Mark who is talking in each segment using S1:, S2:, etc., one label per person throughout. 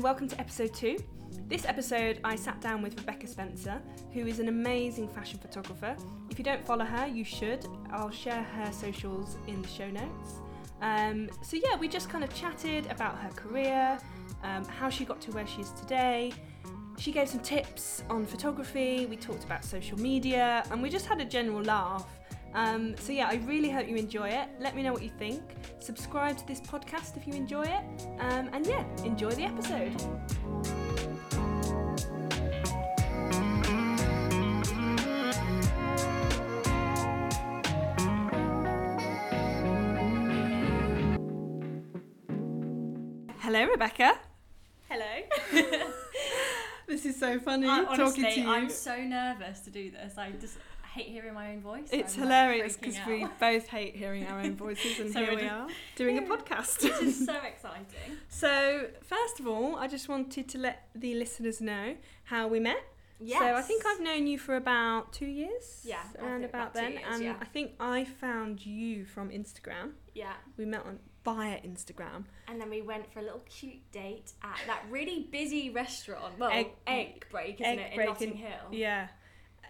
S1: welcome to episode two. This episode, I sat down with Rebecca Spencer, who is an amazing fashion photographer. If you don't follow her, you should. I'll share her socials in the show notes. Um, so, yeah, we just kind of chatted about her career, um, how she got to where she is today. She gave some tips on photography, we talked about social media, and we just had a general laugh. Um, so, yeah, I really hope you enjoy it. Let me know what you think. Subscribe to this podcast if you enjoy it. Um, and yeah, enjoy the episode. Hello, Rebecca.
S2: Hello.
S1: This is so funny
S2: I, honestly, I'm so nervous to do this. I just hate hearing my own voice.
S1: It's
S2: I'm, like,
S1: hilarious
S2: freaking
S1: because
S2: out.
S1: we both hate hearing our own voices, and
S2: So
S1: here
S2: we're
S1: we
S2: just-
S1: are doing a
S2: Yeah.
S1: podcast.
S2: This is so exciting.
S1: so, first of all, I just wanted to let the listeners know how we met. So, I think I've known you for about two years.
S2: Yeah, I
S1: around
S2: think
S1: about
S2: about two
S1: then.
S2: years,
S1: and
S2: yeah.
S1: I think I found you from Instagram.
S2: Yeah.
S1: We met on via Instagram.
S2: And then we went for a little cute date at that really busy restaurant. Well,
S1: Egg-
S2: egg, break, isn't
S1: Egg
S2: it? In
S1: Break in-
S2: Notting Hill.
S1: Yeah.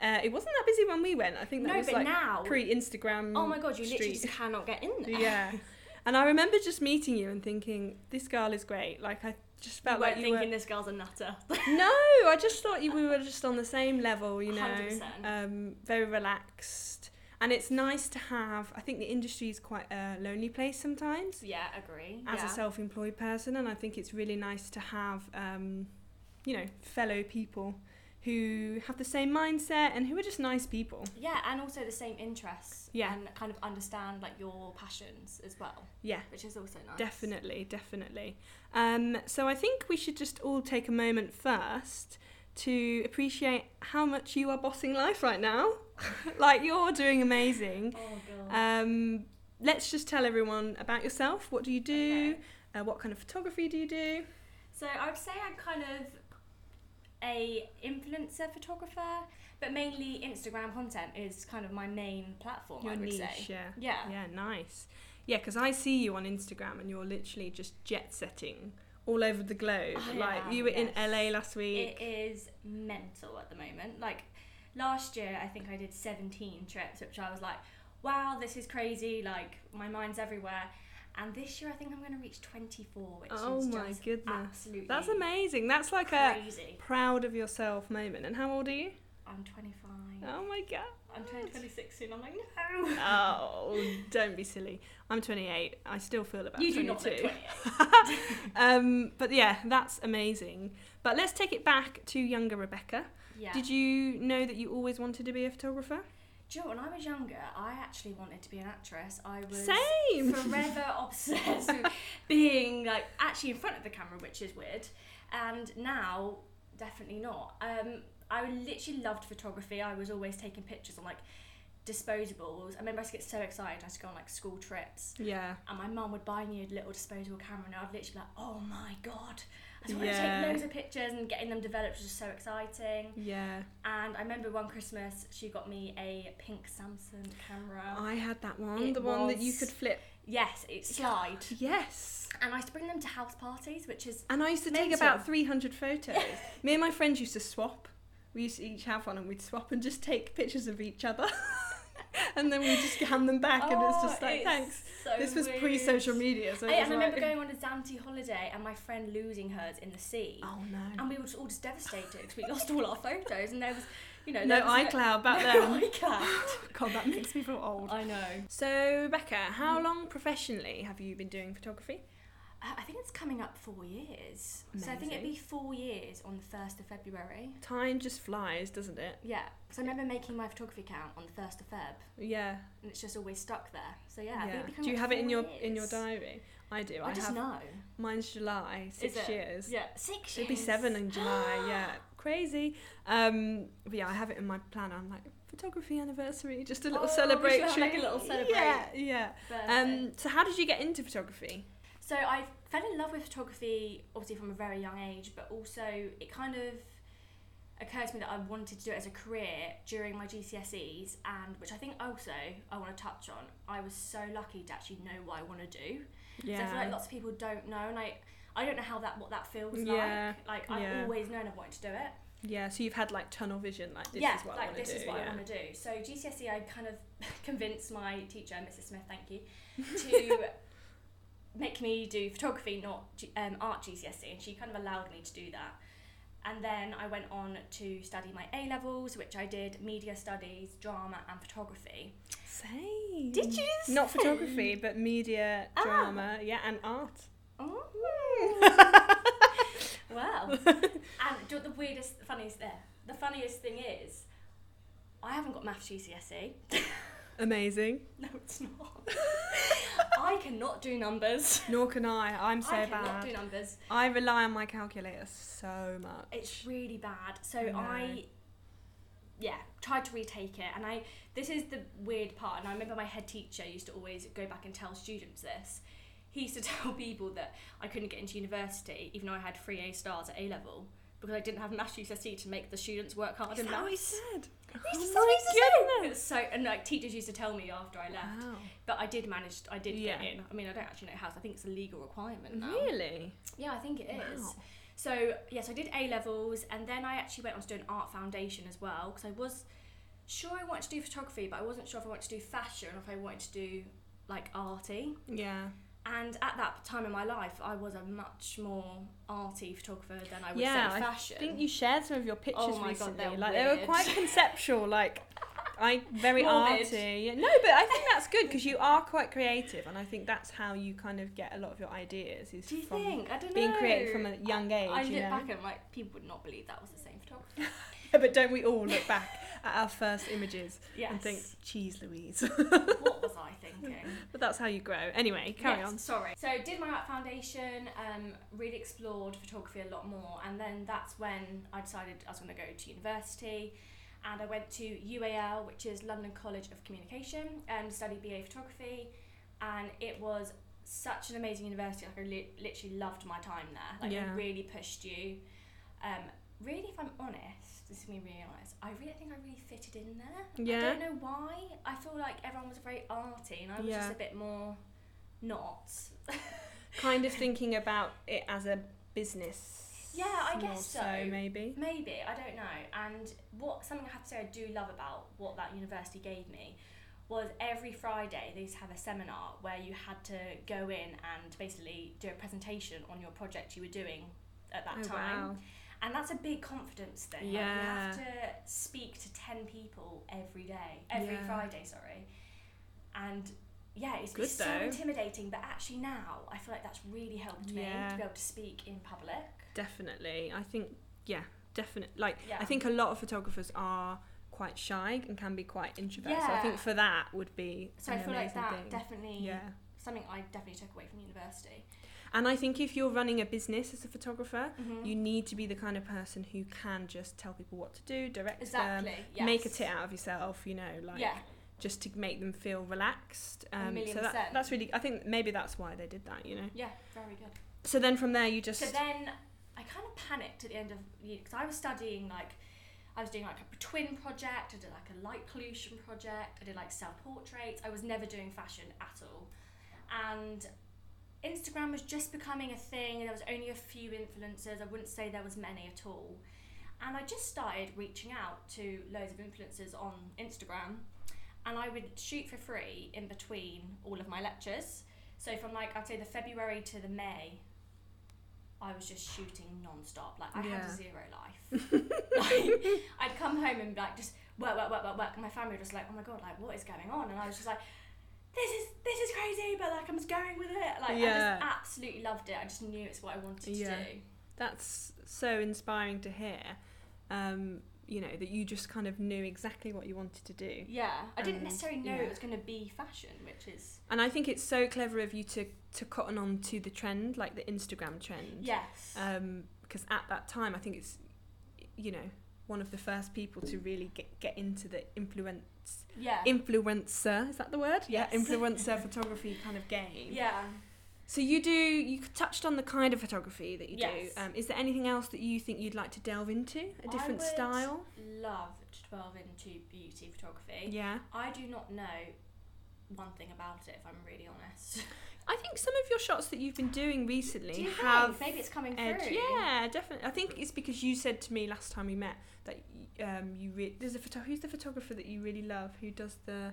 S1: Uh, it wasn't that busy when we went. I think that
S2: Oh. no,
S1: was
S2: but
S1: like
S2: now.
S1: pre Instagram.
S2: oh my god, you literally
S1: street.
S2: just cannot get in there.
S1: yeah. And I remember just meeting you and thinking, this girl is great. Like, I just
S2: You
S1: felt
S2: weren't
S1: like you
S2: thinking
S1: were.
S2: this girl's a nutter.
S1: No, I just thought you we were just on the same level, you know.
S2: 100%.
S1: Um, very relaxed. And it's nice to have, I think the industry is quite a lonely place sometimes
S2: yeah, agree.
S1: as
S2: yeah.
S1: a self employed person. And I think it's really nice to have, um, you know, fellow people who have the same mindset and who are just nice people.
S2: Yeah, and also the same interests.
S1: Yeah.
S2: And kind of understand like your passions as well,
S1: Yeah.
S2: which is also nice.
S1: Definitely, definitely. Um, so I think we should just all take a moment first to appreciate how much you are bossing life right now. like you're doing amazing.
S2: Oh god.
S1: Um, let's just tell everyone about yourself. What do you do?
S2: Okay.
S1: Uh, what kind of photography do you do?
S2: So I would say I'm kind of a influencer photographer, but mainly Instagram content is kind of my main platform. I
S1: Your
S2: would
S1: niche,
S2: say.
S1: yeah.
S2: Yeah.
S1: Yeah, nice. Yeah, because I see you on Instagram and you're literally just jet setting all over the globe.
S2: I
S1: like
S2: am,
S1: you were
S2: Oh, yes.
S1: in LA last week.
S2: It is mental at the moment. Like last year, I think I did 17 trips, which I was like, wow, this is crazy. Like my mind's everywhere. And this year, I think I'm going to reach 24, which
S1: oh
S2: is
S1: my
S2: just
S1: goodness.
S2: absolutely
S1: That's amazing. That's like a
S2: crazy.
S1: proud of yourself moment. And how old are you?
S2: I'm 25.
S1: Oh my god.
S2: I'm turning 26 soon. I'm like, no.
S1: Oh, don't be silly. I'm 28. I still feel about
S2: you
S1: 22.
S2: do not look 28.
S1: um, but yeah, that's amazing. But let's take it back to younger Rebecca.
S2: Yeah.
S1: Did you know that you always wanted to be a photographer?
S2: Do you know, when I was younger, I actually wanted to be an actress. I was
S1: Same.
S2: forever obsessed with being like actually in front of the camera, which is weird. And now, definitely not. Um, I literally loved photography. I was always taking pictures on like disposables. I remember I used to get so excited. I used to go on like school trips,
S1: Yeah.
S2: and my mum would buy me a little disposable camera, and I'd literally be like, "Oh my god!" I just wanted to
S1: Yeah.
S2: take loads of pictures, and getting them developed was just so exciting.
S1: Yeah.
S2: And I remember one Christmas she got me a pink Samsung camera.
S1: I had that one,
S2: It
S1: the one that you
S2: was-
S1: could flip.
S2: yes, it slide.
S1: Yes.
S2: And I used to bring them to house parties, which is
S1: And I used to take
S2: Mental.
S1: about 300 photos. Me and my friends used to swap. We used to each have one and we'd swap and just take pictures of each other. and then we'd just hand them back and it's just
S2: Oh,
S1: like,
S2: it's
S1: thanks.
S2: so
S1: This was
S2: weird.
S1: pre social media. So
S2: I,
S1: it
S2: and
S1: was
S2: I remember
S1: like-
S2: going on a Zante holiday and my friend losing hers in the sea.
S1: Oh no.
S2: And we were just all just devastated because we lost all our photos and there was, you know,
S1: No
S2: there was
S1: iCloud back
S2: no
S1: then.
S2: iCloud.
S1: God, that makes me feel old. Mm.
S2: I know.
S1: So, Rebecca, how long professionally have you been doing photography?
S2: I I think it's coming up four years. So I think it'd
S1: Amazing.
S2: be four years on the 1st of February.
S1: Time just flies, doesn't it?
S2: Yeah. So I remember making my photography count on the 1st of Feb.
S1: Yeah.
S2: and it's just always stuck there. So yeah, I think became
S1: Do you
S2: like
S1: have it in
S2: four
S1: your in your
S2: years.
S1: diary? I do. I,
S2: I just
S1: have.
S2: know.
S1: Mine's July, six
S2: it?
S1: years.
S2: Yeah, six years.
S1: It'll be seven in July. yeah, crazy. Um, but yeah, I have it in my planner. I'm like photography anniversary, just a little
S2: Oh, we should have,
S1: celebration,
S2: like, a little
S1: Yeah,
S2: celebration.
S1: yeah.
S2: Birthday.
S1: Um, so how did you get into photography?
S2: so I fell in love with photography, obviously from a very young age, but also it kind of occurred to me that I wanted to do it as a career during my GCSEs, and which I think also I want to touch on. I was so lucky to actually know what I want to do. So I feel like lots of people don't know, and I I don't know how that what that feels
S1: Yeah,
S2: like. Like I've
S1: yeah.
S2: always known I wanted to do it.
S1: Yeah, so you've had like tunnel vision, like this
S2: yeah,
S1: is what I
S2: like
S1: want to
S2: this
S1: do.
S2: is what I
S1: yeah.
S2: want to do. So GCSE, E, I kind of convinced my teacher, Mrs. Smith, thank you, to make me do photography, not G- um, art GCSE, and she kind of allowed me to do that. And then I went on to study my A levels, which I did media studies, drama, and photography.
S1: Same.
S2: Did you? the
S1: Mm. Not
S2: same?
S1: photography, but media,
S2: Ah.
S1: drama, yeah, and art.
S2: Oh. well, and do you know what the weirdest, funniest there. The funniest thing is, I haven't got maths GCSE.
S1: Amazing.
S2: E. No, it's not. I cannot do numbers.
S1: Nor can I. I'm so
S2: I cannot
S1: bad.
S2: do numbers.
S1: I rely on my calculator so much.
S2: It's really bad. So
S1: I know.
S2: I, yeah, tried to retake it, and I. This is the weird part, and I remember my head teacher used to always go back and tell students this. He used to tell people that I couldn't get into university, even though I had three A stars at A level, because I didn't have maths GCSE E to make the students work hard in
S1: what he
S2: maths.
S1: said?
S2: This is
S1: Oh my
S2: so- So and like teachers used to tell me after I left.
S1: Wow.
S2: But I did manage. I did
S1: Uh-huh. Yeah.
S2: get in. I mean, I don't actually know how. so I think it's a legal requirement now.
S1: Really?
S2: Yeah, I think it is.
S1: Wow.
S2: So yes, I did A levels, and then I actually went on to do an art foundation as well because I was sure I wanted to do photography, but I wasn't sure if I wanted to do fashion or if I wanted to do like arty.
S1: Yeah.
S2: And at that time in my life, I was a much more arty photographer than I would
S1: Yeah,
S2: say
S1: I
S2: fashion.
S1: I think you shared some of your pictures
S2: Oh my God,
S1: recently.
S2: they're
S1: like they were
S2: weird.
S1: quite conceptual. Like I very
S2: Morbid.
S1: arty. Yeah, No, but I think that's good because you are quite creative, and I think that's how you kind of get a lot of your ideas is
S2: do you
S1: from
S2: think? I don't know.
S1: being creative from a young age.
S2: I look
S1: you know?
S2: back and I'm like, people would not believe that was the same photographer.
S1: Yeah, but don't we all look back at our first images
S2: Yes.
S1: and think, "Geez, Louise,"
S2: what was I thinking?
S1: but that's how you grow. Anyway, carry
S2: Yes,
S1: on.
S2: Sorry. So did my art foundation, um, really explored photography a lot more, and then that's when I decided I was going to go to university, and I went to UAL, which is London College of Communication, and studied BA photography, and it was such an amazing university. Like I li- literally loved my time there. Like
S1: Yeah.
S2: it really pushed you. Um, really, if I'm honest, this is me being really honest. I really think I really fitted in there. I
S1: Yeah.
S2: don't know why. I feel like everyone was very arty and I was
S1: Yeah.
S2: just a bit more not.
S1: Kind of thinking about it as a business.
S2: Yeah, I
S1: more
S2: guess so.
S1: Maybe.
S2: Maybe, I don't know. And what something I have to say I do love about what that university gave me was every Friday they used to have a seminar where you had to go in and basically do a presentation on your project you were doing at that
S1: Oh,
S2: time.
S1: wow.
S2: And that's a big confidence thing. Like, you
S1: Yeah.
S2: have to speak to 10 people every day, every
S1: Yeah.
S2: Friday, sorry. And yeah, it's
S1: Good
S2: it's so
S1: though.
S2: intimidating, but actually now I feel like that's really helped me
S1: Yeah.
S2: to be able to speak in public.
S1: Definitely. I think, yeah, definitely. Like, I
S2: Yeah.
S1: think a lot of photographers are quite shy and can be quite introverted. So I
S2: Yeah.
S1: think for that would be.
S2: So
S1: an
S2: I feel like
S1: amazing
S2: that
S1: thing.
S2: definitely
S1: Yeah.
S2: something I definitely took away from university.
S1: And I think if you're running a business as a photographer,
S2: Mhm.
S1: you need to be the kind of person who can just tell people what to do, direct
S2: exactly.
S1: them,
S2: yes.
S1: make a tit out of yourself, you know, like
S2: yeah.
S1: just to make them feel relaxed. Um,
S2: A million
S1: so that,
S2: percent.
S1: that's really, I think maybe that's why they did that, you know.
S2: Yeah. Very good.
S1: So then from there, you just.
S2: So then I kind of panicked at the end of year because I was studying like I was doing like a twin project. I did like a light pollution project. I did like self portraits. I was never doing fashion at all, and Instagram was just becoming a thing. There was only a few influencers. I wouldn't say there was many at all. And I just started reaching out to loads of influencers on Instagram. And I would shoot for free in between all of my lectures. So from like, I'd say the February to the May, I was just shooting non-stop. Like I had
S1: Yeah.
S2: a zero life. like, I'd come home and like just work, work, work, work, work. And my family were just like, oh my God, like what is going on? And I was just like, this is this is crazy, but like I'm just going with it. Like I
S1: Yeah.
S2: just absolutely loved it. I just knew it's what I wanted to
S1: Yeah.
S2: do.
S1: That's so inspiring to hear. Um, you know, that you just kind of knew exactly what you wanted to do.
S2: Yeah, I didn't
S1: And,
S2: necessarily know
S1: Um, yeah.
S2: it was going to be fashion, which is
S1: And I think it's so clever of you to, to cotton on to the trend, like the Instagram trend.
S2: yes,
S1: Um, because at that time, I think it's, you know, one of the first people to really get, get into the influence
S2: yeah,
S1: influencer is that the word yeah
S2: Yes.
S1: influencer photography kind of game
S2: yeah.
S1: so you do you touched on the kind of photography that you
S2: Yes.
S1: do um, is there anything else that you think you'd like to delve into a
S2: I
S1: different
S2: would-
S1: style
S2: Love to delve into beauty photography.
S1: yeah
S2: I do not know one thing about it, if I'm really honest.
S1: I think some of your shots that you've been doing recently
S2: Do you
S1: have
S2: think? Maybe it's coming
S1: edge.
S2: through.
S1: Yeah, definitely. I think it's because you said to me last time we met that y- um, you re- there's a photo- who's the photographer that you really love who does the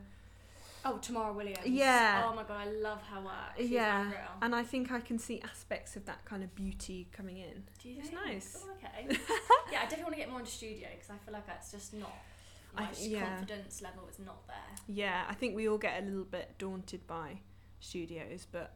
S2: Oh, Tamara Williams.
S1: Yeah.
S2: Oh my god, I love her work. She's
S1: Yeah. Uh,
S2: unreal.
S1: and I think I can see aspects of that kind of beauty coming in.
S2: Do you
S1: It's
S2: think?
S1: nice.
S2: Oh, okay. yeah, I definitely want to get more into studio because I feel like that's just not.
S1: I
S2: My
S1: th-
S2: s-
S1: yeah.
S2: confidence level is not there.
S1: Yeah, I think we all get a little bit daunted by studios, but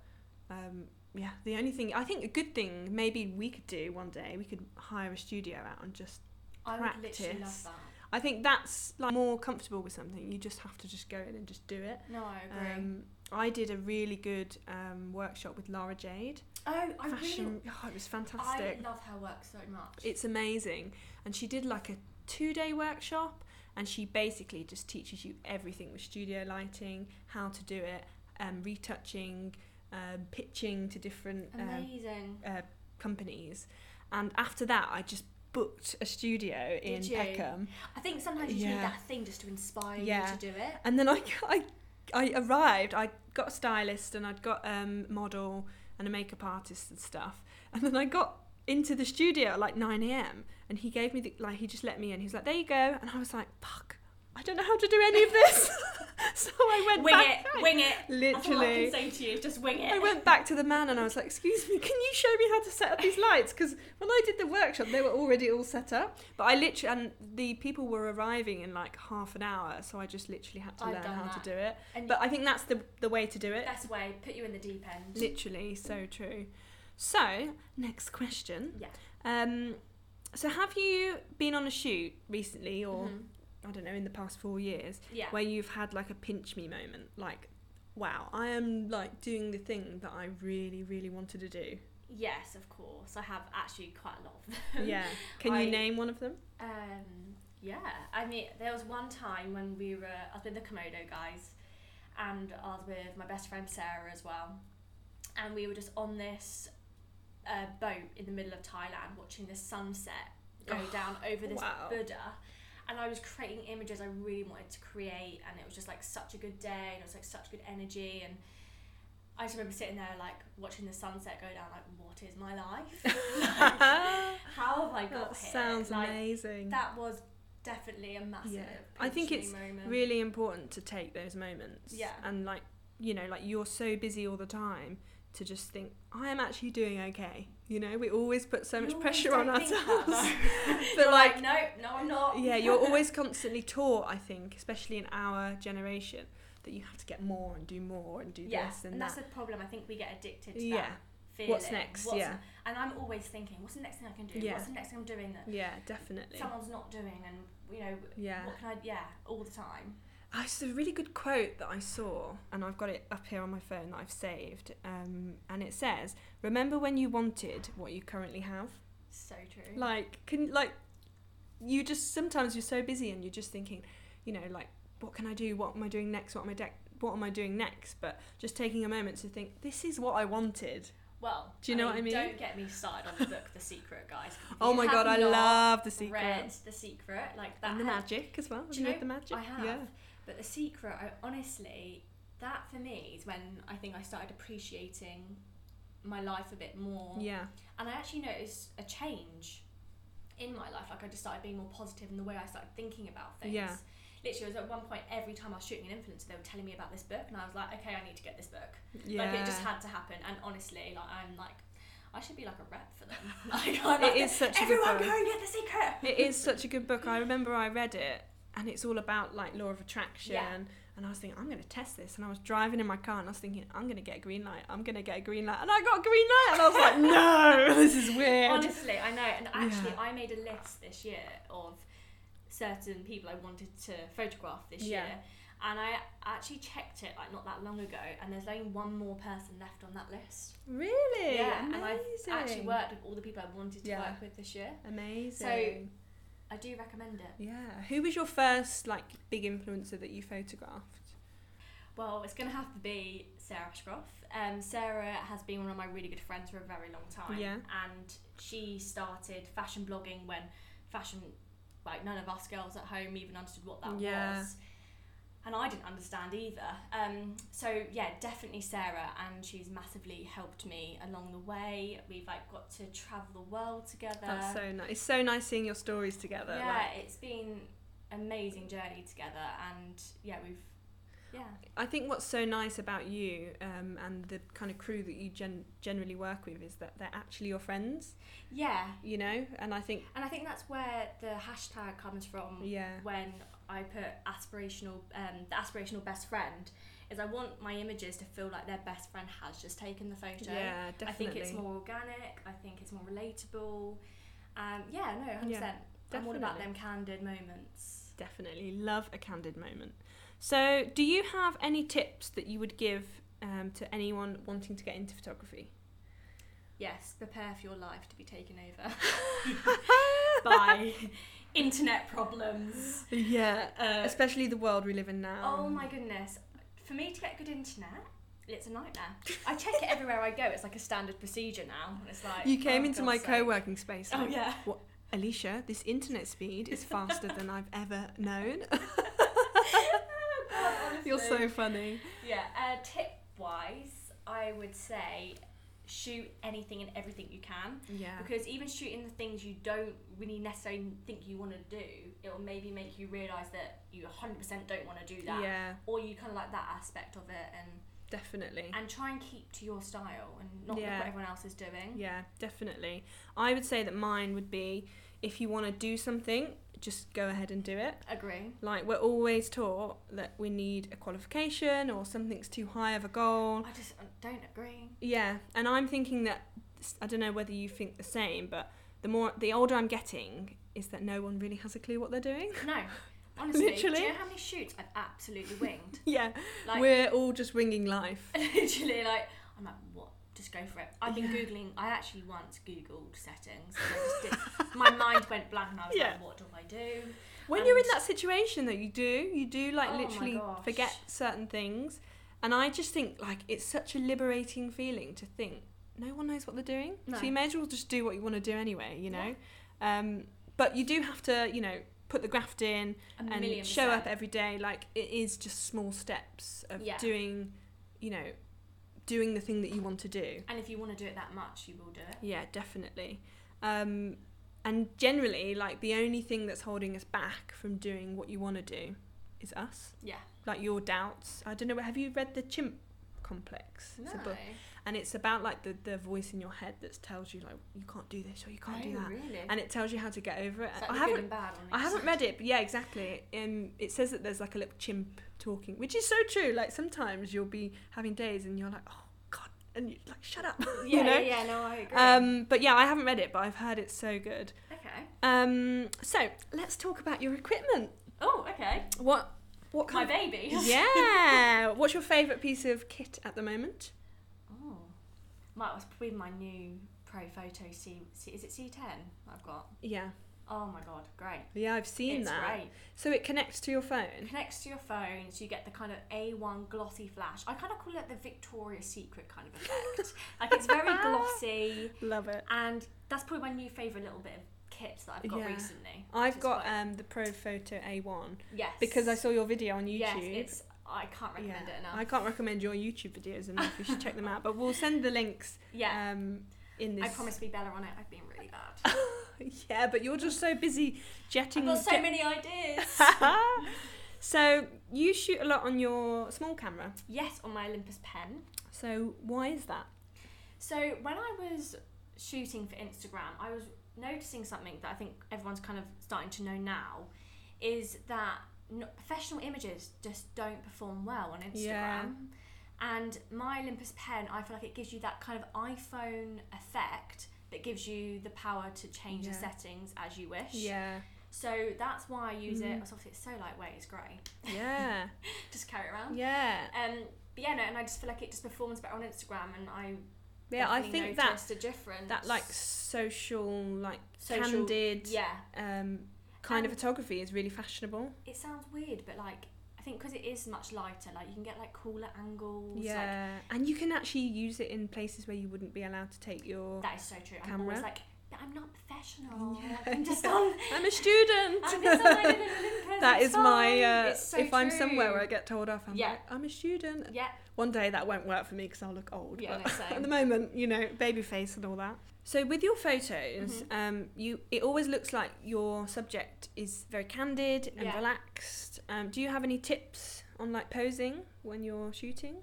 S1: um, yeah, the only thing I think a good thing maybe we could do one day we could hire a studio out and just.
S2: I would literally
S1: Practice.
S2: love that.
S1: I think that's like more comfortable with something. You just have to just go in and just do it.
S2: No, I agree.
S1: Um, I did a really good um, workshop with Laura Jade.
S2: oh, I really,
S1: Fashion, oh, it was fantastic.
S2: I love her work so much.
S1: It's amazing. And she did like a two day workshop and she basically just teaches you everything with studio lighting, how to do it, um, retouching, um, pitching to different um,
S2: amazing.
S1: companies. And after that, I just booked a studio in
S2: Did you?
S1: Peckham.
S2: I think sometimes you just
S1: yeah.
S2: need that thing just to inspire
S1: Yeah.
S2: you to do it.
S1: And then I, I, I arrived, I got a stylist and I'd got um, model and a makeup artist and stuff. And then I got into the studio at like 9 a.m. and he gave me, the, like, he just let me in. He was like, there you go. And I was like, fuck, I don't know how to do any of this. so I went
S2: Wing
S1: back.
S2: it, wing it. That's all I can
S1: Literally.
S2: say to you. is Just wing it.
S1: I went back to the man and I was like, excuse me, can you show me how to set up these lights? Because when I did the workshop, they were already all set up. But I literally, and the people were arriving in like half an hour. So I just literally had to
S2: I've
S1: learn
S2: done
S1: how
S2: that.
S1: to do it.
S2: And
S1: But I think that's the the way to do it.
S2: best way, put you in the deep end.
S1: Literally, so true. So, next question.
S2: Yeah.
S1: Um, so have you been on a shoot recently, or
S2: Mhm.
S1: I don't know, in the past four years,
S2: Yeah.
S1: where you've had like a pinch me moment, like, wow, I am like doing the thing that I really, really wanted to do.
S2: Yes, of course. I have actually quite a lot of them.
S1: yeah. Can
S2: I-
S1: you name one of them?
S2: Um, yeah, I mean, there was one time when we were, I was with the Komodo guys, and I was with my best friend Sarah as well, and we were just on this uh, boat in the middle of Thailand watching the sunset go
S1: Oh,
S2: down over this
S1: wow.
S2: Buddha. And I was creating images I really wanted to create, and it was just like such a good day, and it was like such good energy. And I just remember sitting there, like watching the sunset go down, like, what is my life? How have I got
S1: that
S2: here?
S1: sounds
S2: like,
S1: amazing.
S2: that was definitely a massive.
S1: Yeah. I think
S2: pinch me
S1: it's
S2: moment.
S1: really important to take those moments.
S2: Yeah.
S1: And like, you know, like you're so busy all the time to just think, I am actually doing okay. You know, we always put so
S2: You
S1: much
S2: always
S1: pressure on
S2: don't think that,
S1: ourselves.
S2: though.
S1: But
S2: You're
S1: like,
S2: no, Oh, no, I'm not.
S1: yeah, you're always constantly taught, I think, especially in our generation, that you have to get more and do more and do
S2: yeah,
S1: this
S2: and,
S1: and,
S2: that's
S1: that.
S2: the problem. I think we get addicted to
S1: Yeah.
S2: that. Feeling.
S1: What's next?
S2: What's-
S1: yeah.
S2: And I'm always thinking, what's the next thing I can do?
S1: Yeah.
S2: What's the next thing I'm doing that
S1: Yeah, definitely.
S2: someone's not doing? And you know,
S1: Yeah.
S2: what can I? Yeah, all the time.
S1: Oh, it's a really good quote that I saw, and I've got it up here on my phone that I've saved. Um, and it says, "Remember when you wanted what you currently have."
S2: So true.
S1: Like, can like, you just sometimes you're so busy and you're just thinking, you know, like, what can I do? What am I doing next? What am I de- What am I doing next? But just taking a moment to think, this is what I wanted.
S2: well,
S1: Do you know what I mean?
S2: Don't get me started on the book, The Secret, guys. If
S1: Oh
S2: you
S1: my
S2: have
S1: god, I
S2: not
S1: love the secret
S2: Read The Secret, like that.
S1: and the
S2: has
S1: magic as well. Have
S2: Do
S1: you
S2: you
S1: read
S2: know,
S1: the magic?
S2: I have.
S1: Yeah.
S2: But the secret, I honestly, that for me is when I think I started appreciating my life a bit more.
S1: Yeah.
S2: And I actually noticed a change in my life. Like I just started being more positive in the way I started thinking about things.
S1: Yeah.
S2: Literally, it was at one point every time I was shooting an influencer, they were telling me about this book, and I was like, okay, I need to get this book.
S1: Yeah.
S2: Like it just had to happen. And honestly, like I'm like, I should be like a rep for them. like, I'm
S1: It
S2: like,
S1: is such a good
S2: everyone
S1: book.
S2: go and get the secret.
S1: it is such a good book. I remember I read it, and it's all about like law of attraction.
S2: Yeah.
S1: And I was thinking, I'm going to test this. And I was driving in my car, and I was thinking, I'm going to get a green light. I'm going to get a green light, and I got a green light, and I was like, no, this is weird.
S2: Honestly, I know. And actually,
S1: Yeah.
S2: I made a list this year of certain people I wanted to photograph this
S1: Yeah.
S2: year. And I actually checked it like not that long ago, and there's only one more person left on that list.
S1: Really?
S2: yeah,
S1: Amazing.
S2: and I've actually worked with all the people I wanted to
S1: Yeah.
S2: work with this year.
S1: Amazing.
S2: I do recommend it.
S1: yeah. Who was your first like big influencer that you photographed?
S2: Well, it's going to have to be Sarah Ashcroft. Um, Sarah has been one of my really good friends for a very long time.
S1: Yeah.
S2: And she started fashion blogging when fashion, like none of us girls at home even understood what that
S1: Yeah.
S2: was. and I didn't understand either. Um, so yeah, definitely Sarah, and she's massively helped me along the way. We've like got to travel the world together.
S1: That's so nice. It's so nice seeing your stories together.
S2: Uh, yeah,
S1: like-
S2: it's been amazing journey together, and yeah, we've yeah.
S1: I think what's so nice about you um, and the kind of crew that you gen- generally work with is that they're actually your friends,
S2: Yeah,
S1: you know? And I think,
S2: and I think that's where the hashtag comes from.
S1: yeah.
S2: When I put aspirational, um, the aspirational best friend, is I want my images to feel like their best friend has just taken the photo.
S1: Yeah, definitely.
S2: I think it's more organic. I think it's more relatable. Um, yeah, no, hundred percent. I'm all about them candid moments.
S1: Definitely love a candid moment. So, do you have any tips that you would give um, to anyone wanting to get into photography?
S2: Yes, prepare for your life to be taken over by internet problems.
S1: Yeah,
S2: Uh,
S1: especially the world we live in now.
S2: oh my goodness, for me to get good internet, it's a nightmare. I check it everywhere I go. It's like a standard procedure now. and It's like
S1: You came
S2: oh,
S1: into
S2: God's
S1: my
S2: sake.
S1: co working space.
S2: Oh
S1: like,
S2: yeah.
S1: Alicia, this internet speed is faster than I've ever known.
S2: Oh, God,
S1: You're
S2: honestly.
S1: so funny.
S2: Yeah, uh, tip wise, I would say shoot anything and everything you can
S1: Yeah.
S2: because even shooting the things you don't really necessarily think you want to do, it'll maybe make you realize that you 100% don't want to do that.
S1: Yeah,
S2: Or you kind of like that aspect of it and
S1: definitely.
S2: and try and keep to your style and not
S1: Yeah.
S2: look what everyone else is doing.
S1: Yeah, definitely. I would say that mine would be if you want to do something, just go ahead and do it.
S2: Agree.
S1: Like we're always taught that we need a qualification or something's too high of a goal.
S2: I just uh, don't agree.
S1: Yeah, and I'm thinking that I don't know whether you think the same, but the more the older I'm getting is that no one really has a clue what they're doing.
S2: No. Honestly, do
S1: Literally.
S2: you know how many shoots I've absolutely winged?
S1: yeah,
S2: Like
S1: we're all just winging life.
S2: literally like I'm like what just go for it I've been
S1: Yeah.
S2: googling I actually once googled settings and I just did, my mind went blank and I was
S1: Yeah.
S2: like what do I do
S1: When you're in
S2: And-
S1: that situation though, you do, you do like
S2: Oh my
S1: literally
S2: gosh.
S1: forget certain things. And I just think like it's such a liberating feeling to think no one knows what they're doing.
S2: No.
S1: So you may as well just do what you want to do anyway, you
S2: Yeah.
S1: know? Um, but you do have to, you know, put the graft in
S2: a million
S1: and show up
S2: percent.
S1: every day. Like it is just small steps of
S2: Yeah.
S1: doing, you know, doing the thing that you want to do.
S2: and if you want to do it that much you will do it
S1: Yeah, definitely. Um, and generally, like the only thing that's holding us back from doing what you want to do is us.
S2: yeah
S1: Like your doubts. I don't know. Have you read the Chimp Complex? It's a book, and it's about like the the voice in your head that tells you like you can't do this or you can't do that,
S2: Oh, really
S1: and it tells you how to get over it.
S2: It's like
S1: I
S2: the
S1: haven't.
S2: good and bad on
S1: I
S2: each
S1: haven't
S2: side.
S1: read it, but yeah, exactly. Um, it says that there's like a little chimp talking, which is so true. Like sometimes you'll be having days and you're like, oh god, and you like shut up,
S2: yeah,
S1: you know.
S2: yeah, yeah, no, I agree.
S1: Um, but yeah, I haven't read it, but I've heard it's so good.
S2: okay.
S1: Um, so let's talk about your equipment.
S2: Oh, okay.
S1: What? What
S2: My
S1: kind?
S2: baby.
S1: of, yeah. What's your favourite piece of kit at the moment?
S2: Oh, my was probably my new Pro Photo C. C is it C10? I've got.
S1: Yeah.
S2: Oh my god, great.
S1: Yeah, I've seen
S2: it's
S1: that.
S2: great.
S1: So it connects to your phone.
S2: connects to your phone, so you get the kind of A1 glossy flash. I kind of call it the Victoria's Secret kind of effect. like it's very glossy,
S1: Love it.
S2: and that's probably my new favourite little bit of kit that I've got
S1: Yeah.
S2: recently.
S1: I've
S2: is
S1: got
S2: quite-
S1: um, the Pro Photo A1
S2: Yes.
S1: because I saw your video on YouTube.
S2: Yes, it's. I can't recommend
S1: Yeah.
S2: it enough.
S1: I can't recommend your YouTube videos enough. You should check them out. But we'll send the links.
S2: yeah.
S1: Um, in this.
S2: I promise to be better on it. I've been really bad.
S1: Yeah, but you're just so busy jetting.
S2: I've got so
S1: jet-
S2: many ideas.
S1: so you shoot a lot on your small camera.
S2: yes, on my Olympus pen.
S1: So why is that?
S2: So when I was shooting for Instagram, I was noticing something that I think everyone's kind of starting to know now is that n- professional images just don't perform well on Instagram.
S1: Yeah.
S2: And my Olympus pen, I feel like it gives you that kind of iPhone effect that gives you the power to change the
S1: Yeah.
S2: settings as you wish.
S1: Yeah,
S2: So that's why I use it.
S1: Mhm.
S2: Obviously, it's so lightweight, it's great.
S1: yeah,
S2: Just carry it around.
S1: yeah,
S2: Um, but yeah, no, and I just feel like it just performs better on Instagram, and I
S1: yeah. I
S2: definitely
S1: think that
S2: noticed a difference.
S1: that like social, like
S2: Social-
S1: candid,
S2: yeah,
S1: um, kind of
S2: And-
S1: photography is really fashionable.
S2: it sounds weird, but like I think because it is much lighter, like you can get like cooler angles.
S1: Yeah, and you can actually use it in places where you wouldn't be allowed to take your.
S2: like, that is so true. I'm
S1: Camera.
S2: always like, but I'm not professional.
S1: Yeah.
S2: I'm just on.
S1: I'm a student.
S2: I'm just on my little Olympus.
S1: That is my. Uh,
S2: It's so
S1: if I'm somewhere
S2: true.
S1: where I get told off, I'm
S2: Yeah.
S1: like, I'm a student.
S2: Yeah,
S1: One day that won't work for me because I'll look old.
S2: yeah,
S1: but-
S2: no, same.
S1: at the moment, you know, baby face and all that. Um, So with your photos,
S2: Mhm.
S1: um, you it always looks like your subject is very candid and
S2: Yeah.
S1: relaxed. Um, do you have any tips on like posing when you're shooting?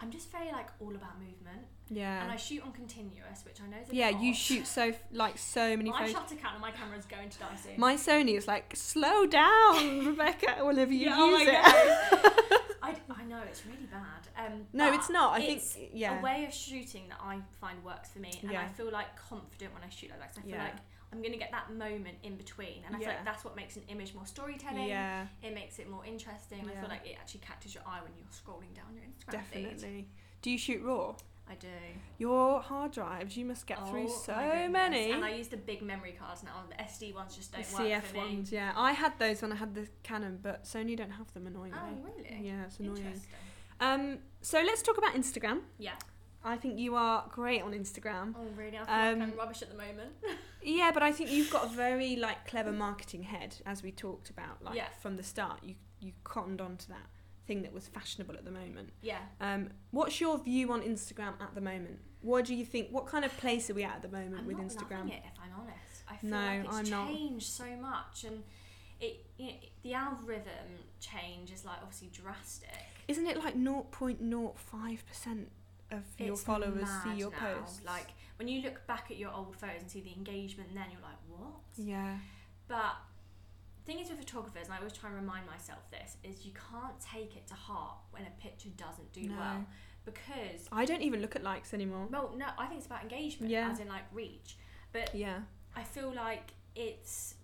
S2: I'm just very like all about movement, and I
S1: Yeah,
S2: shoot on continuous, which I know is a
S1: yeah.
S2: bit
S1: You
S2: odd.
S1: shoot so like so many
S2: My
S1: photos.
S2: shutter count on my camera is going to die soon.
S1: My Sony is like slow down, Rebecca. Whenever you
S2: Yeah, oh,
S1: use it.
S2: I, d- I know it's really bad. Um,
S1: No,
S2: but
S1: it's not. I
S2: it's
S1: think yeah.
S2: a way of shooting that I find works for me, and I
S1: Yeah.
S2: feel like confident when I shoot like that. 'cause I feel
S1: Yeah.
S2: like I'm gonna get that moment in between, and I feel
S1: Yeah.
S2: like that's what makes an image more storytelling.
S1: yeah,
S2: It makes it more interesting. I
S1: Yeah.
S2: feel like it actually catches your eye when you're scrolling down your Instagram feed.
S1: definitely. Do you shoot raw?
S2: I do.
S1: Your hard drives, you must get
S2: Oh,
S1: through
S2: my
S1: so
S2: goodness.
S1: many.
S2: And I use the big memory cards now. The SD ones just
S1: The
S2: don't work
S1: CF
S2: for me.
S1: ones, yeah. I had those when I had the Canon, but Sony don't have them annoyingly.
S2: Oh really?
S1: Yeah, it's annoying.
S2: Interesting.
S1: Um, so let's talk about Instagram.
S2: Yeah.
S1: I think you are great on Instagram.
S2: Oh really? I feel like
S1: Um,
S2: I'm rubbish at the moment.
S1: Yeah, but I think you've got a very like clever marketing head, as we talked about, like
S2: Yeah.
S1: from the start. You you cottoned onto that thing that was fashionable at the moment.
S2: yeah.
S1: Um, what's your view on Instagram at the moment? What do you think? What kind of place are we at at the moment
S2: I'm
S1: with
S2: not loving
S1: Instagram?
S2: it, if I'm honest. I feel
S1: No,
S2: like it's
S1: I'm not.
S2: changed so much, and it, you know, the algorithm change is like obviously drastic.
S1: Isn't it like 0.05% of your
S2: It's
S1: followers see
S2: mad
S1: your
S2: now.
S1: posts?
S2: Like when you look back at your old photos and see the engagement, then you're like, what?
S1: yeah.
S2: But the thing is with photographers, and I always try and remind myself this, is you can't take it to heart when a picture doesn't do
S1: No.
S2: well because
S1: I don't even look at likes anymore.
S2: well, no, I think it's about engagement,
S1: Yeah.
S2: as in like reach, but
S1: Yeah.
S2: I feel like it's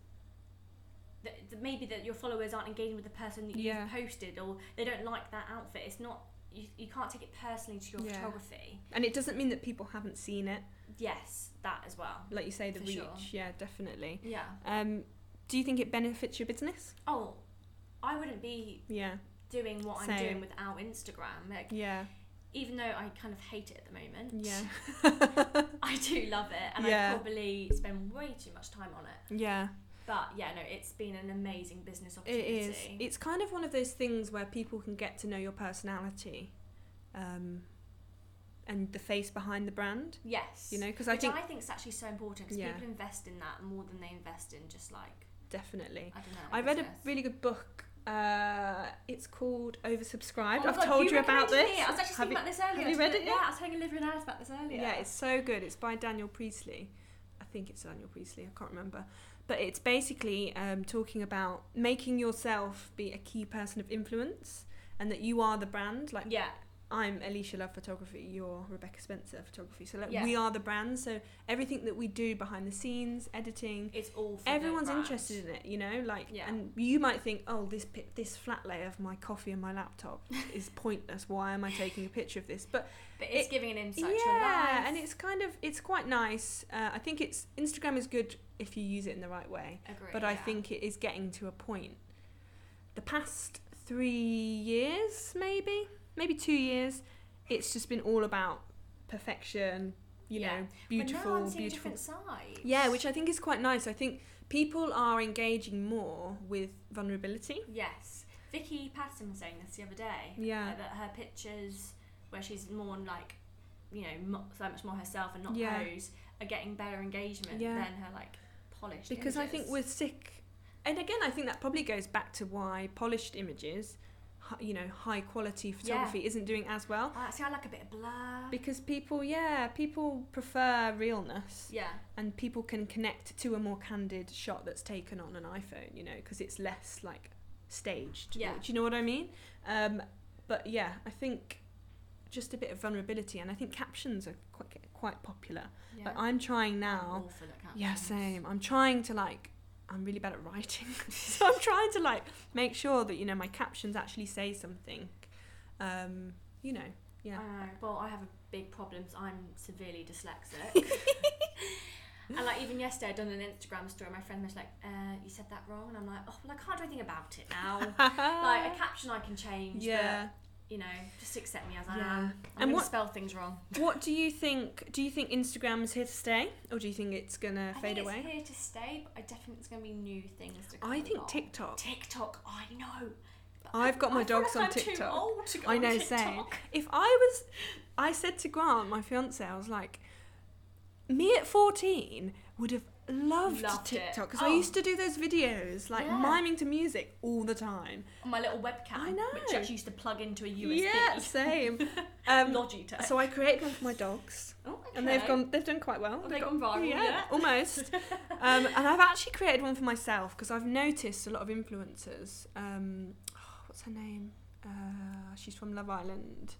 S2: that that maybe that your followers aren't engaging with the person that
S1: Yeah.
S2: you've posted or they don't like that outfit. It's not you, you can't take it personally to your
S1: Yeah.
S2: photography.
S1: And it doesn't mean that people haven't seen it.
S2: Yes, that as well.
S1: Like you say, the
S2: For
S1: reach.
S2: sure.
S1: Yeah, definitely.
S2: Yeah.
S1: Um, do you think it benefits your business?
S2: Oh, I wouldn't be
S1: Yeah.
S2: doing what
S1: Same.
S2: I'm doing without Instagram. Like,
S1: Yeah.
S2: even though I kind of hate it at the moment,
S1: Yeah.
S2: I do love it, and
S1: Yeah.
S2: I probably spend way too much time on it.
S1: yeah.
S2: But yeah, no, it's been an amazing business
S1: It
S2: opportunity.
S1: is. It's kind of one of those things where people can get to know your personality um, and the face behind the brand,
S2: yes,
S1: you know? Because I
S2: Which
S1: think
S2: I think is actually so important because
S1: Yeah.
S2: people invest in that more than they invest in just like
S1: definitely.
S2: I don't know.
S1: I read a
S2: business.
S1: really good book. Uh, it's called
S2: Oh
S1: Oversubscribed.
S2: my
S1: I've
S2: God,
S1: told you, about
S2: recommended
S1: this.
S2: me it. I was
S1: Have
S2: actually thinking
S1: you-
S2: about this earlier.
S1: you
S2: I was
S1: read
S2: thinking-
S1: it yet?
S2: Yeah, I was having a liver and Alice about this earlier.
S1: Yeah, it's so good. It's by Daniel Priestley. I think it's Daniel Priestley. I can't remember. But it's basically um, talking about making yourself be a key person of influence and that you are the brand. Like,
S2: yeah,
S1: I'm Alicia Love Photography, you're Rebecca Spencer Photography. So, like,
S2: Yeah.
S1: we are the brand. So, everything that we do behind the scenes, editing,
S2: it's all. For the
S1: everyone's
S2: brand.
S1: interested in it, you know? Like,
S2: Yeah.
S1: and you might think, oh, this, pi- this flat layer of my coffee and my laptop is pointless. Why am I taking a picture of this? But
S2: but it's
S1: It-
S2: giving an insight to your
S1: yeah
S2: life.
S1: and it's kind of it's quite nice uh, i think it's instagram is good if you use it in the right way
S2: Agree,
S1: but i
S2: yeah.
S1: think it is getting to a point the past three years maybe maybe two years it's just been all about perfection you
S2: Yeah.
S1: know
S2: But now
S1: beautiful
S2: I'm seeing
S1: beautiful
S2: different sides.
S1: yeah which i think is quite nice i think people are engaging more with vulnerability
S2: Yes, Vicky Patterson was saying this the other day.
S1: Yeah.
S2: uh, that her pictures where she's more like, you know, mo- so much more herself and not
S1: Yeah.
S2: pose are getting better engagement
S1: Yeah.
S2: than her like polished.
S1: because I think
S2: images.
S1: we're sick. And again, I think that probably goes back to why polished images, hi- you know, high quality photography isn't doing as well
S2: Ah, see, I like a bit of blur.
S1: because people, yeah, people prefer realness
S2: yeah,
S1: and people can connect to a more candid shot that's taken on an iPhone, you know, because it's less like staged.
S2: Yeah.
S1: Do you know what I mean? Um, but yeah, I think just a bit of vulnerability, and I think captions are quite quite popular.
S2: yeah.
S1: Like I'm trying now.
S2: I'm awful at
S1: Yeah,
S2: captions.
S1: same. I'm trying to like, I'm really bad at writing, so I'm trying to like make sure that you know my captions actually say something. Um, you know, yeah,
S2: I know. Well, I have a big problem. So I'm severely dyslexic. and like even yesterday, I done an Instagram story. My friend was like, uh, "You said that wrong," and I'm like, "Oh, well, I can't do anything about it now." like a caption I can change.
S1: Uh, yeah,
S2: But you know, just accept me as I
S1: Yeah.
S2: am. I'm
S1: And
S2: gonna
S1: what-
S2: spell things wrong.
S1: What do you think? Do you think Instagram's here to stay, or do you think it's gonna
S2: I
S1: fade
S2: think
S1: away?
S2: it's here to stay, but I definitely it's going to be new things to come
S1: I think
S2: along.
S1: TikTok.
S2: TikTok, I know. but
S1: I've got my
S2: I feel
S1: dogs
S2: like
S1: on
S2: I'm Too
S1: TikTok.
S2: old to go
S1: I
S2: on
S1: know,
S2: TikTok.
S1: same. If I was, I said to Grant, my fiance, I was like, me at 14 would have loved,
S2: Loved it.
S1: TikTok because I
S2: Oh.
S1: used to do those videos like
S2: Yeah.
S1: miming to music all the time.
S2: My little webcam,
S1: I know.
S2: which I actually used to plug into a USB.
S1: Yeah, same. Um,
S2: Logitech.
S1: so I created one for my dogs,
S2: oh,
S1: and they've
S2: okay.
S1: gone, they've done quite well.
S2: Have
S1: They've
S2: they
S1: got-
S2: gone viral
S1: yeah, Oh,
S2: yet?
S1: almost. Um, and I've actually created one for myself because I've noticed a lot of influencers. Um, what's her name? Uh, she's from Love Island.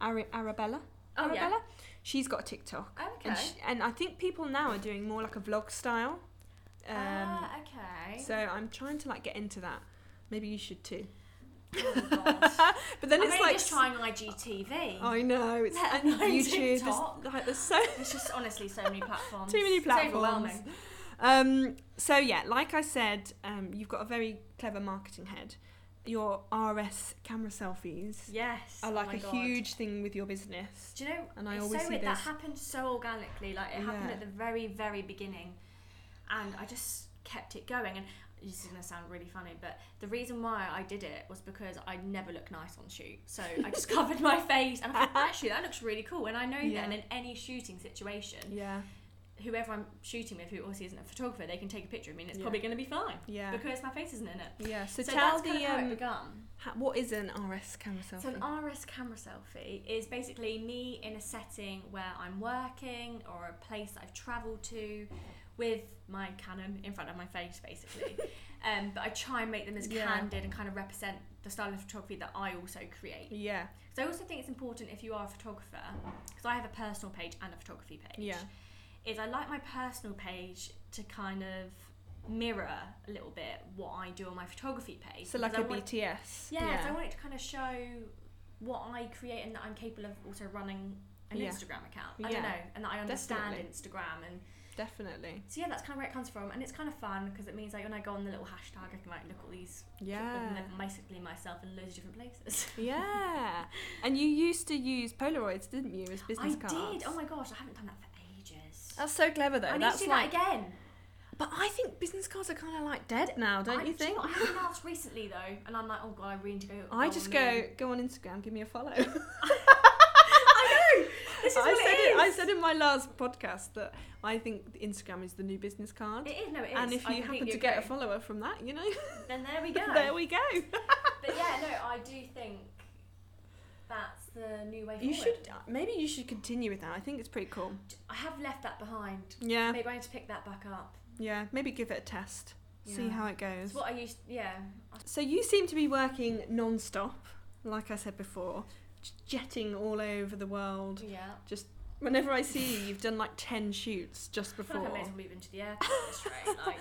S1: Ari- Arabella.
S2: Oh, yeah.
S1: Arabella. She's got a TikTok,
S2: Oh, okay.
S1: and, sh and I think people now are doing more like a vlog style. Um,
S2: ah, okay.
S1: So I'm trying to like get into that. Maybe you should too.
S2: oh, my God.
S1: But then
S2: I'm
S1: it's like
S2: only
S1: Oh,
S2: just trying IGTV.
S1: I know it's
S2: Let
S1: and
S2: alone
S1: YouTube.
S2: TikTok.
S1: There's, like there's so
S2: There's just honestly so many platforms.
S1: Too many
S2: It's
S1: platforms.
S2: overwhelming.
S1: Um, so yeah, like I said, um, you've got a very clever marketing head. Your RS camera selfies
S2: Yes.
S1: are
S2: oh
S1: like
S2: my
S1: a
S2: God.
S1: huge thing with your business.
S2: Do you know?
S1: And I
S2: it's
S1: always
S2: so
S1: see
S2: weird. That
S1: this.
S2: happened so organically. Like it happened
S1: Yeah.
S2: at the very, very beginning, and I just kept it going. And this is gonna sound really funny, but the reason why I did it was because I never look nice on shoot. So I just covered my face, and I thought, actually, that looks really cool. And I know
S1: Yeah.
S2: then in any shooting situation,
S1: Yeah,
S2: whoever I'm shooting with, who obviously isn't a photographer, they can take a picture of me, and it's
S1: Yeah.
S2: probably gonna be fine
S1: yeah,
S2: because my face isn't in it.
S1: yeah. So,
S2: so
S1: tell
S2: that's kind
S1: the
S2: of how it
S1: um,
S2: began.
S1: ha- what is an RS camera selfie?
S2: So an RS camera selfie is basically me in a setting where I'm working or a place I've travelled to with my Canon in front of my face, basically. um, but I try and make them as
S1: Yeah.
S2: candid and kind of represent the style of photography that I also create.
S1: yeah,
S2: So I also think it's important if you are a photographer, because I have a personal page and a photography page.
S1: Yeah.
S2: Is I like my personal page to kind of mirror a little bit what I do on my photography page.
S1: so like
S2: because
S1: a
S2: I want-
S1: BTS.
S2: yeah, so I
S1: yeah.
S2: want it to kind of show what I create and that I'm capable of also running an
S1: Yeah.
S2: Instagram account.
S1: Yeah.
S2: I don't know, and that I understand
S1: Definitely.
S2: Instagram, and
S1: definitely.
S2: so yeah, that's kind of where it comes from, and it's kind of fun because it means like when I go on the little hashtag, I can like look at all these,
S1: Yeah,
S2: basically myself in loads of different places.
S1: yeah. And you used to use Polaroids, didn't you, as business
S2: I
S1: cards?
S2: did. Oh my gosh, I haven't done that for ages.
S1: That's so clever though.
S2: I need
S1: That's
S2: to do
S1: like,
S2: that again.
S1: but I think business cards are kind of like dead now, don't
S2: I,
S1: you
S2: do
S1: think?
S2: know what, I haven't asked recently though, and I'm like, oh god, I really need to go.
S1: I
S2: go
S1: just
S2: on
S1: go
S2: the-
S1: go on Instagram, give me a follow.
S2: I know. This is
S1: I
S2: what
S1: said
S2: it is.
S1: I said in my last podcast that I think Instagram is the new business card.
S2: It is. No, it is.
S1: and if
S2: I
S1: you happen
S2: completely
S1: to get a
S2: agree.
S1: follower from that, you know,
S2: then there we go.
S1: there we go.
S2: But yeah, no, I do think that's the new way forward.
S1: You should maybe you should continue with that. I think it's pretty cool.
S2: I have left that behind.
S1: Yeah,
S2: Maybe I need to pick that back up.
S1: yeah. Maybe give it a test, see
S2: Yeah.
S1: how it goes.
S2: It's what I used. Yeah.
S1: So you seem to be working non-stop, like I said before, j- jetting all over the world.
S2: Yeah.
S1: Whenever I see you, you've done like ten shoots just
S2: I feel
S1: before.
S2: like I may as well move into the airport at this rate, Like,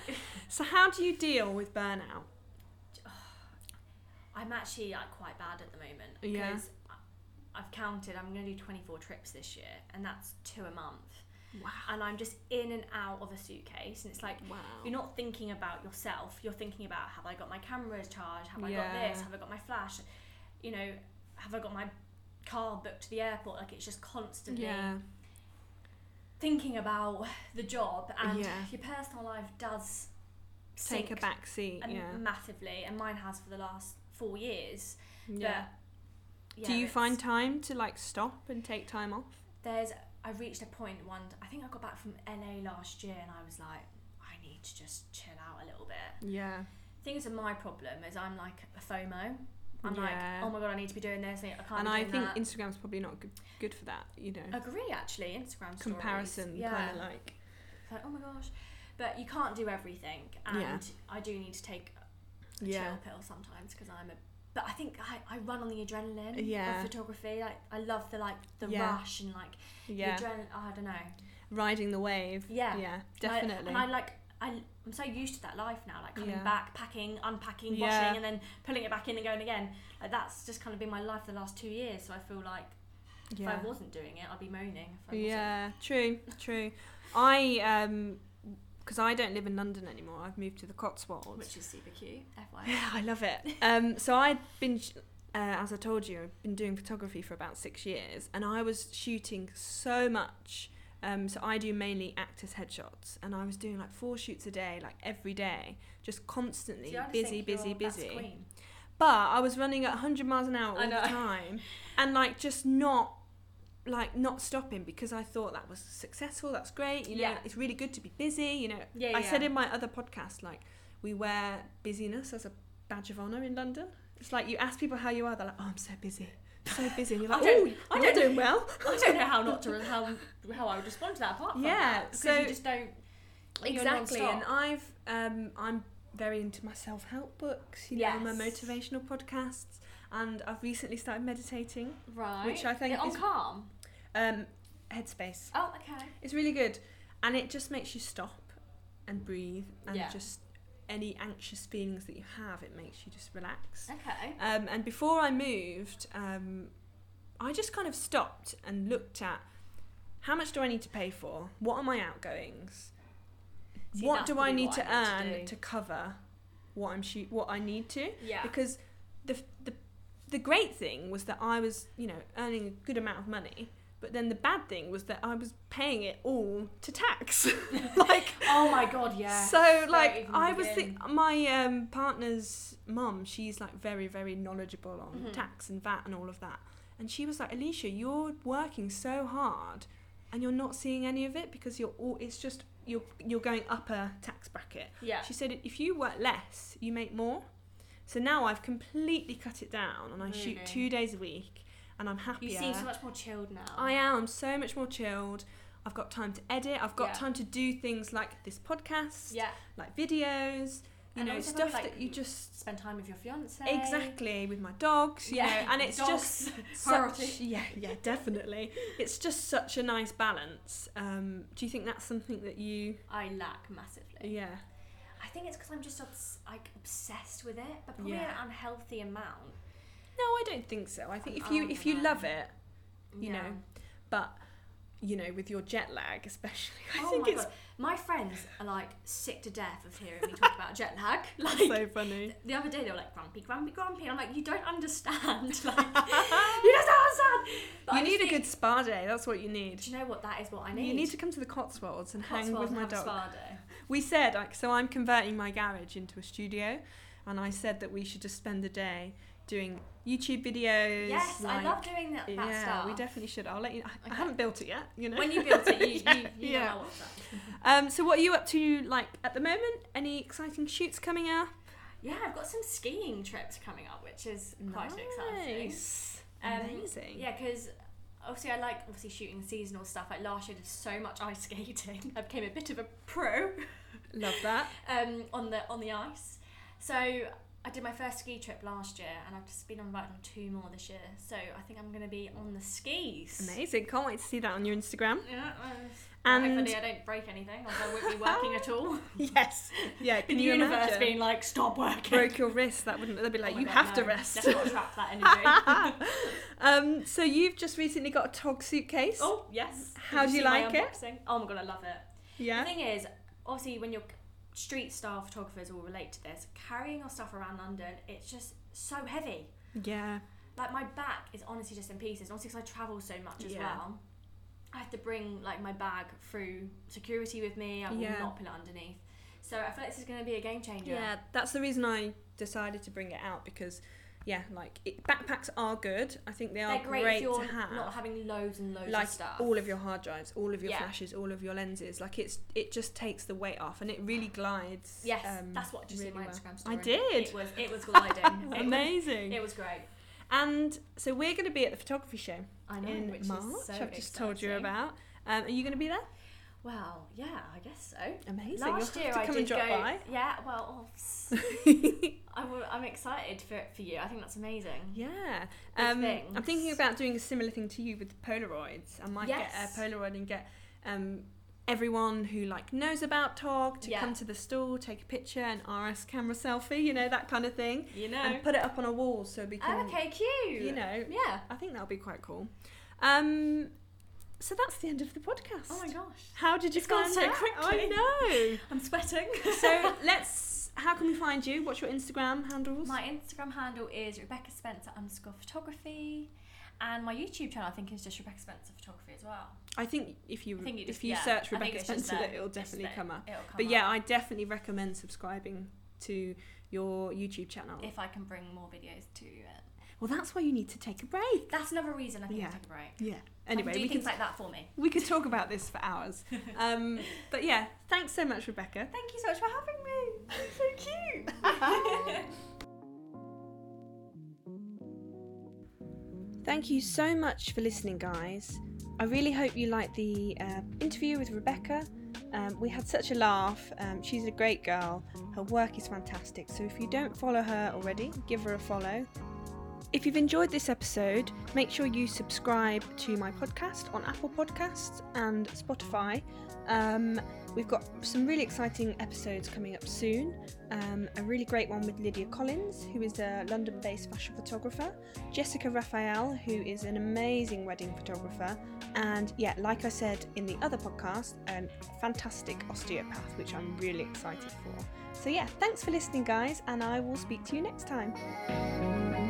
S1: So how do you deal with burnout?
S2: I'm actually like quite bad at the moment
S1: Yeah.
S2: because I- I've counted. I'm going to do 24 trips this year, and that's two a month.
S1: Wow.
S2: And I'm just in and out of a suitcase, and it's like.
S1: Wow.
S2: You're not thinking about yourself. You're thinking about have I got my cameras charged? Have I
S1: Yeah.
S2: got this? Have I got my flash? You know, have I got my car booked to the airport? Like it's just constantly
S1: yeah.
S2: thinking about the job and
S1: Yeah.
S2: your personal life does
S1: Take
S2: sink
S1: a back seat.
S2: and
S1: Yeah.
S2: massively, and mine has for the last four years.
S1: Yeah.
S2: But,
S1: Do
S2: yeah,
S1: you
S2: it's-
S1: find time to like stop and take time off?
S2: there's I reached a point one I think I got back from LA last year and I was like I need to just chill out a little bit.
S1: Yeah.
S2: things are my problem is I'm like a FOMO. I'm
S1: Yeah.
S2: like, oh my god, I need to be doing this. I can't.
S1: And
S2: be
S1: I
S2: doing
S1: think
S2: that.
S1: Instagram's probably not good good for that. You know,
S2: agree actually. Instagram stories.
S1: comparison
S2: yeah.
S1: kind of like.
S2: It's like oh my gosh, but you can't do everything, and
S1: Yeah.
S2: I do need to take a
S1: Yeah.
S2: chill pill sometimes because I'm a. But I think I, I run on the adrenaline
S1: Yeah.
S2: of photography. Like I love the like the
S1: Yeah.
S2: rush and like
S1: Yeah.
S2: the adrenaline. oh, I don't know.
S1: Riding the wave.
S2: Yeah.
S1: Yeah.
S2: And I-
S1: Definitely.
S2: and I like I, I'm so used to that life now, like coming
S1: Yeah.
S2: back, packing, unpacking,
S1: Yeah.
S2: washing, and then pulling it back in and going again. Like that's just kind of been my life the last two years. So I feel like
S1: yeah.
S2: if I wasn't doing it, I'd be moaning. If I
S1: Yeah, true, true. I um 'cause I don't live in London anymore. I've moved to the Cotswolds.
S2: wasn't, which is super cute. FYI.
S1: yeah, I love it. Um, so I'd been sh- uh, as I told you, I've been doing photography for about six years, and I was shooting so much. Um, so I do mainly actors' headshots, and I was doing like four shoots a day, like every day, just constantly
S2: See, I just
S1: busy,
S2: think
S1: busy,
S2: you're- that's
S1: busy.
S2: queen.
S1: But I was running at 100 miles an hour
S2: I
S1: all the
S2: know.
S1: time, and like just not, like not stopping because I thought that was successful. That's great. You know,
S2: Yeah.
S1: it's really good to be busy. You know,
S2: Yeah,
S1: I
S2: yeah.
S1: said in my other podcast, like, we wear busyness as a badge of honour in London. It's like you ask people how you are, they're like, oh, I'm so busy. I'm so busy. And you're
S2: I
S1: like,
S2: don't-
S1: oh,
S2: I
S1: I'm
S2: don't-
S1: doing well.
S2: I don't know how not to how how I would respond to that apart from
S1: Yeah,
S2: that, because
S1: so-
S2: you just don't you're
S1: exactly.
S2: non-stop.
S1: And I've, um, I'm very into my self help books, you know, my
S2: Yes.
S1: motivational podcasts. And I've recently started meditating,
S2: right
S1: which I think
S2: Yeah, on
S1: is-
S2: calm.
S1: um, Headspace.
S2: Oh, okay.
S1: It's really good, and it just makes you stop and breathe, and
S2: Yeah.
S1: just any anxious feelings that you have, it makes you just relax.
S2: Okay.
S1: Um, and before I moved, um, I just kind of stopped and looked at how much do I need to pay for? What are my outgoings?
S2: See,
S1: what
S2: that's
S1: do I
S2: probably
S1: need
S2: what
S1: to
S2: I
S1: earn
S2: need to
S1: to,
S2: do.
S1: cover what I'm shoot what I need to?
S2: Yeah.
S1: Because the, the the great thing was that I was you know earning a good amount of money, but then the bad thing was that I was paying it all to tax. like
S2: Oh my god, yeah.
S1: so
S2: Don't
S1: like
S2: even
S1: I was
S2: begin.
S1: thi- my um, partner's mum. She's like very very knowledgeable on
S2: Mhm.
S1: tax and VAT and all of that, and she was like, Alicia, you're working so hard, and you're not seeing any of it because you're all. It's just you're you're going upper tax bracket.
S2: yeah.
S1: She said if you work less, you make more. So now I've completely cut it down, and I shoot
S2: Really?
S1: two days a week, and I'm happier.
S2: You seem so much more chilled now.
S1: I am. I'm so much more chilled. I've got time to edit. I've got
S2: Yeah.
S1: time to do things like this podcast
S2: Yeah.
S1: like videos, you
S2: And
S1: know,
S2: also
S1: stuff
S2: like-
S1: that you just
S2: Spend time with your fiance.
S1: exactly with my dogs, you know, and it's
S2: Dogs.
S1: just such
S2: priority.
S1: yeah, yeah, definitely. It's just such a nice balance. Um, do you think that's something that you
S2: I lack massively.
S1: yeah
S2: I think it's because I'm just obs- like obsessed with it, but probably
S1: Yeah.
S2: an unhealthy amount.
S1: No, Oh, I don't think so. I think if you
S2: Oh,
S1: if you
S2: no.
S1: love it, You
S2: Yeah.
S1: know, but you know, with your jet lag especially, I
S2: oh
S1: think
S2: my
S1: it's
S2: god, my friends are like sick to death of hearing me talk about jet lag. Like
S1: so funny.
S2: the other day they were like grumpy, grumpy, grumpy. And I'm like, you don't understand. Like, you just don't understand. But I
S1: you
S2: just
S1: need a
S2: think-
S1: good spa day. That's what you need.
S2: Do you know what? That is what I need.
S1: You need to come to the Cotswolds and hang
S2: Cotswolds
S1: with my
S2: have a
S1: dog.
S2: spa day.
S1: We said, like, so I'm converting my garage into a studio, and I said that we should just spend the day doing YouTube videos.
S2: Yes, I
S1: like-
S2: love doing that, that
S1: yeah,
S2: stuff.
S1: we definitely should. I'll let you. I, I
S2: Okay.
S1: haven't built it yet, you know.
S2: When you built it, you,
S1: Yeah,
S2: you, you
S1: yeah.
S2: know what's up.
S1: Um, so what are you up to, like, at the moment? Any exciting shoots coming up?
S2: Yeah, I've got some skiing trips coming up, which is quite exciting.
S1: Nice.
S2: Um,
S1: Amazing.
S2: Yeah, because obviously I like obviously shooting seasonal stuff. Like last year, I did so much ice skating. I became a bit of a pro
S1: Love that.
S2: um, on the on the ice. So I did my first ski trip last year, and I've just been invited on two more this year. So I think I'm going to be on the skis.
S1: Amazing. Can't wait to see that on your Instagram.
S2: Yeah, uh,
S1: And-
S2: hopefully I don't break anything. Like I won't be working at all.
S1: Yes. Yeah. Can
S2: the
S1: you
S2: universe
S1: imagine?
S2: being like, stop working.
S1: Broke your wrist. That wouldn't. They'd be like,
S2: Oh my
S1: you
S2: God,
S1: have to
S2: no.
S1: rest.
S2: Let's not trap that energy.
S1: um, so you've just recently got a tog suitcase.
S2: oh yes. Did
S1: How do you
S2: see my
S1: like it?
S2: unboxing? Oh my god, I love it. The
S1: yeah.
S2: thing is, obviously, when you're street style photographers will relate to this. Carrying your stuff around London, it's just so heavy.
S1: Yeah.
S2: Like my back is honestly just in pieces. Obviously, because I travel so much as
S1: Yeah.
S2: well. I have to bring like my bag through security with me. I will
S1: Yeah.
S2: not put it underneath. So I feel like this is going to be a game changer.
S1: Yeah, that's the reason I decided to bring it out because, yeah, like it, backpacks are good. I think they are
S2: They're great, if you're
S1: to have.
S2: not having loads and loads
S1: like
S2: of stuff.
S1: all of your hard drives, all of your
S2: Yeah.
S1: flashes, all of your lenses. Like it's it just takes the weight off and it really glides.
S2: Yes,
S1: um,
S2: that's what I just did
S1: really
S2: my
S1: well.
S2: Instagram story.
S1: I did.
S2: It was it was gliding. it, was,
S1: Amazing.
S2: it was great.
S1: and so we're going to be at the photography show
S2: I know,
S1: in
S2: which
S1: March.
S2: is so
S1: I've just told you
S2: exciting.
S1: about. Um, are you going to be there?
S2: Well, yeah, I guess so.
S1: Amazing.
S2: Last
S1: You'll
S2: year
S1: have to
S2: I
S1: come
S2: did
S1: and drop
S2: go.
S1: by.
S2: Yeah, well, oh, s- I will, I'm excited for for you. I think that's amazing.
S1: Yeah.
S2: Big
S1: Um, I'm
S2: things.
S1: thinking about doing a similar thing to you with Polaroids. I might
S2: Yes.
S1: get a Polaroid and get um, everyone who like knows about Tog to
S2: Yeah.
S1: come to the stall, take a picture, an RS camera selfie, you know, that kind of thing.
S2: You know.
S1: And put it up on a wall so we
S2: Oh,
S1: can
S2: okay, cute.
S1: you know.
S2: Yeah.
S1: I think that'll be quite cool. Um, so that's the end of the podcast.
S2: Oh my gosh,
S1: How did you
S2: It's gone
S1: find
S2: so
S1: that?
S2: quickly.
S1: I know.
S2: I'm sweating.
S1: so let's how can we find you? What's your Instagram handles?
S2: My Instagram handle is Rebecca Spencer underscore photography, and my YouTube channel I think is just Rebecca Spencer photography as well.
S1: I think if you
S2: I think you
S1: if
S2: just-
S1: you
S2: yeah,
S1: search
S2: I think
S1: Rebecca
S2: it's just
S1: Spencer,
S2: there.
S1: that it'll
S2: It's
S1: definitely
S2: there.
S1: come up.
S2: It'll come
S1: But yeah,
S2: up
S1: I definitely recommend subscribing to your YouTube channel.
S2: if I can bring more videos to it.
S1: Well, that's why you need to take a break.
S2: That's another reason I think
S1: Yeah.
S2: I take a break.
S1: Yeah.
S2: I can
S1: Anyway,
S2: Um, do
S1: we
S2: things
S1: could
S2: like that for me.
S1: we could talk about this for hours. Um, but yeah, thanks so much, Rebecca.
S2: Thank you so much for having me.
S1: so cute. Thank you so much for listening, guys. I really hope you liked the uh, interview with Rebecca. Um, we had such a laugh. Um, she's a great girl. Her work is fantastic. So if you don't follow her already, give her a follow. If you've enjoyed this episode, make sure you subscribe to my podcast on Apple Podcasts and Spotify. Um, we've got some really exciting episodes coming up soon. Um, a really great one with Lydia Collins, who is a London based fashion photographer, Jessica Raphael, who is an amazing wedding photographer, and yeah, like I said in the other podcast, a fantastic osteopath, which I'm really excited for. So, yeah, thanks for listening, guys, and I will speak to you next time.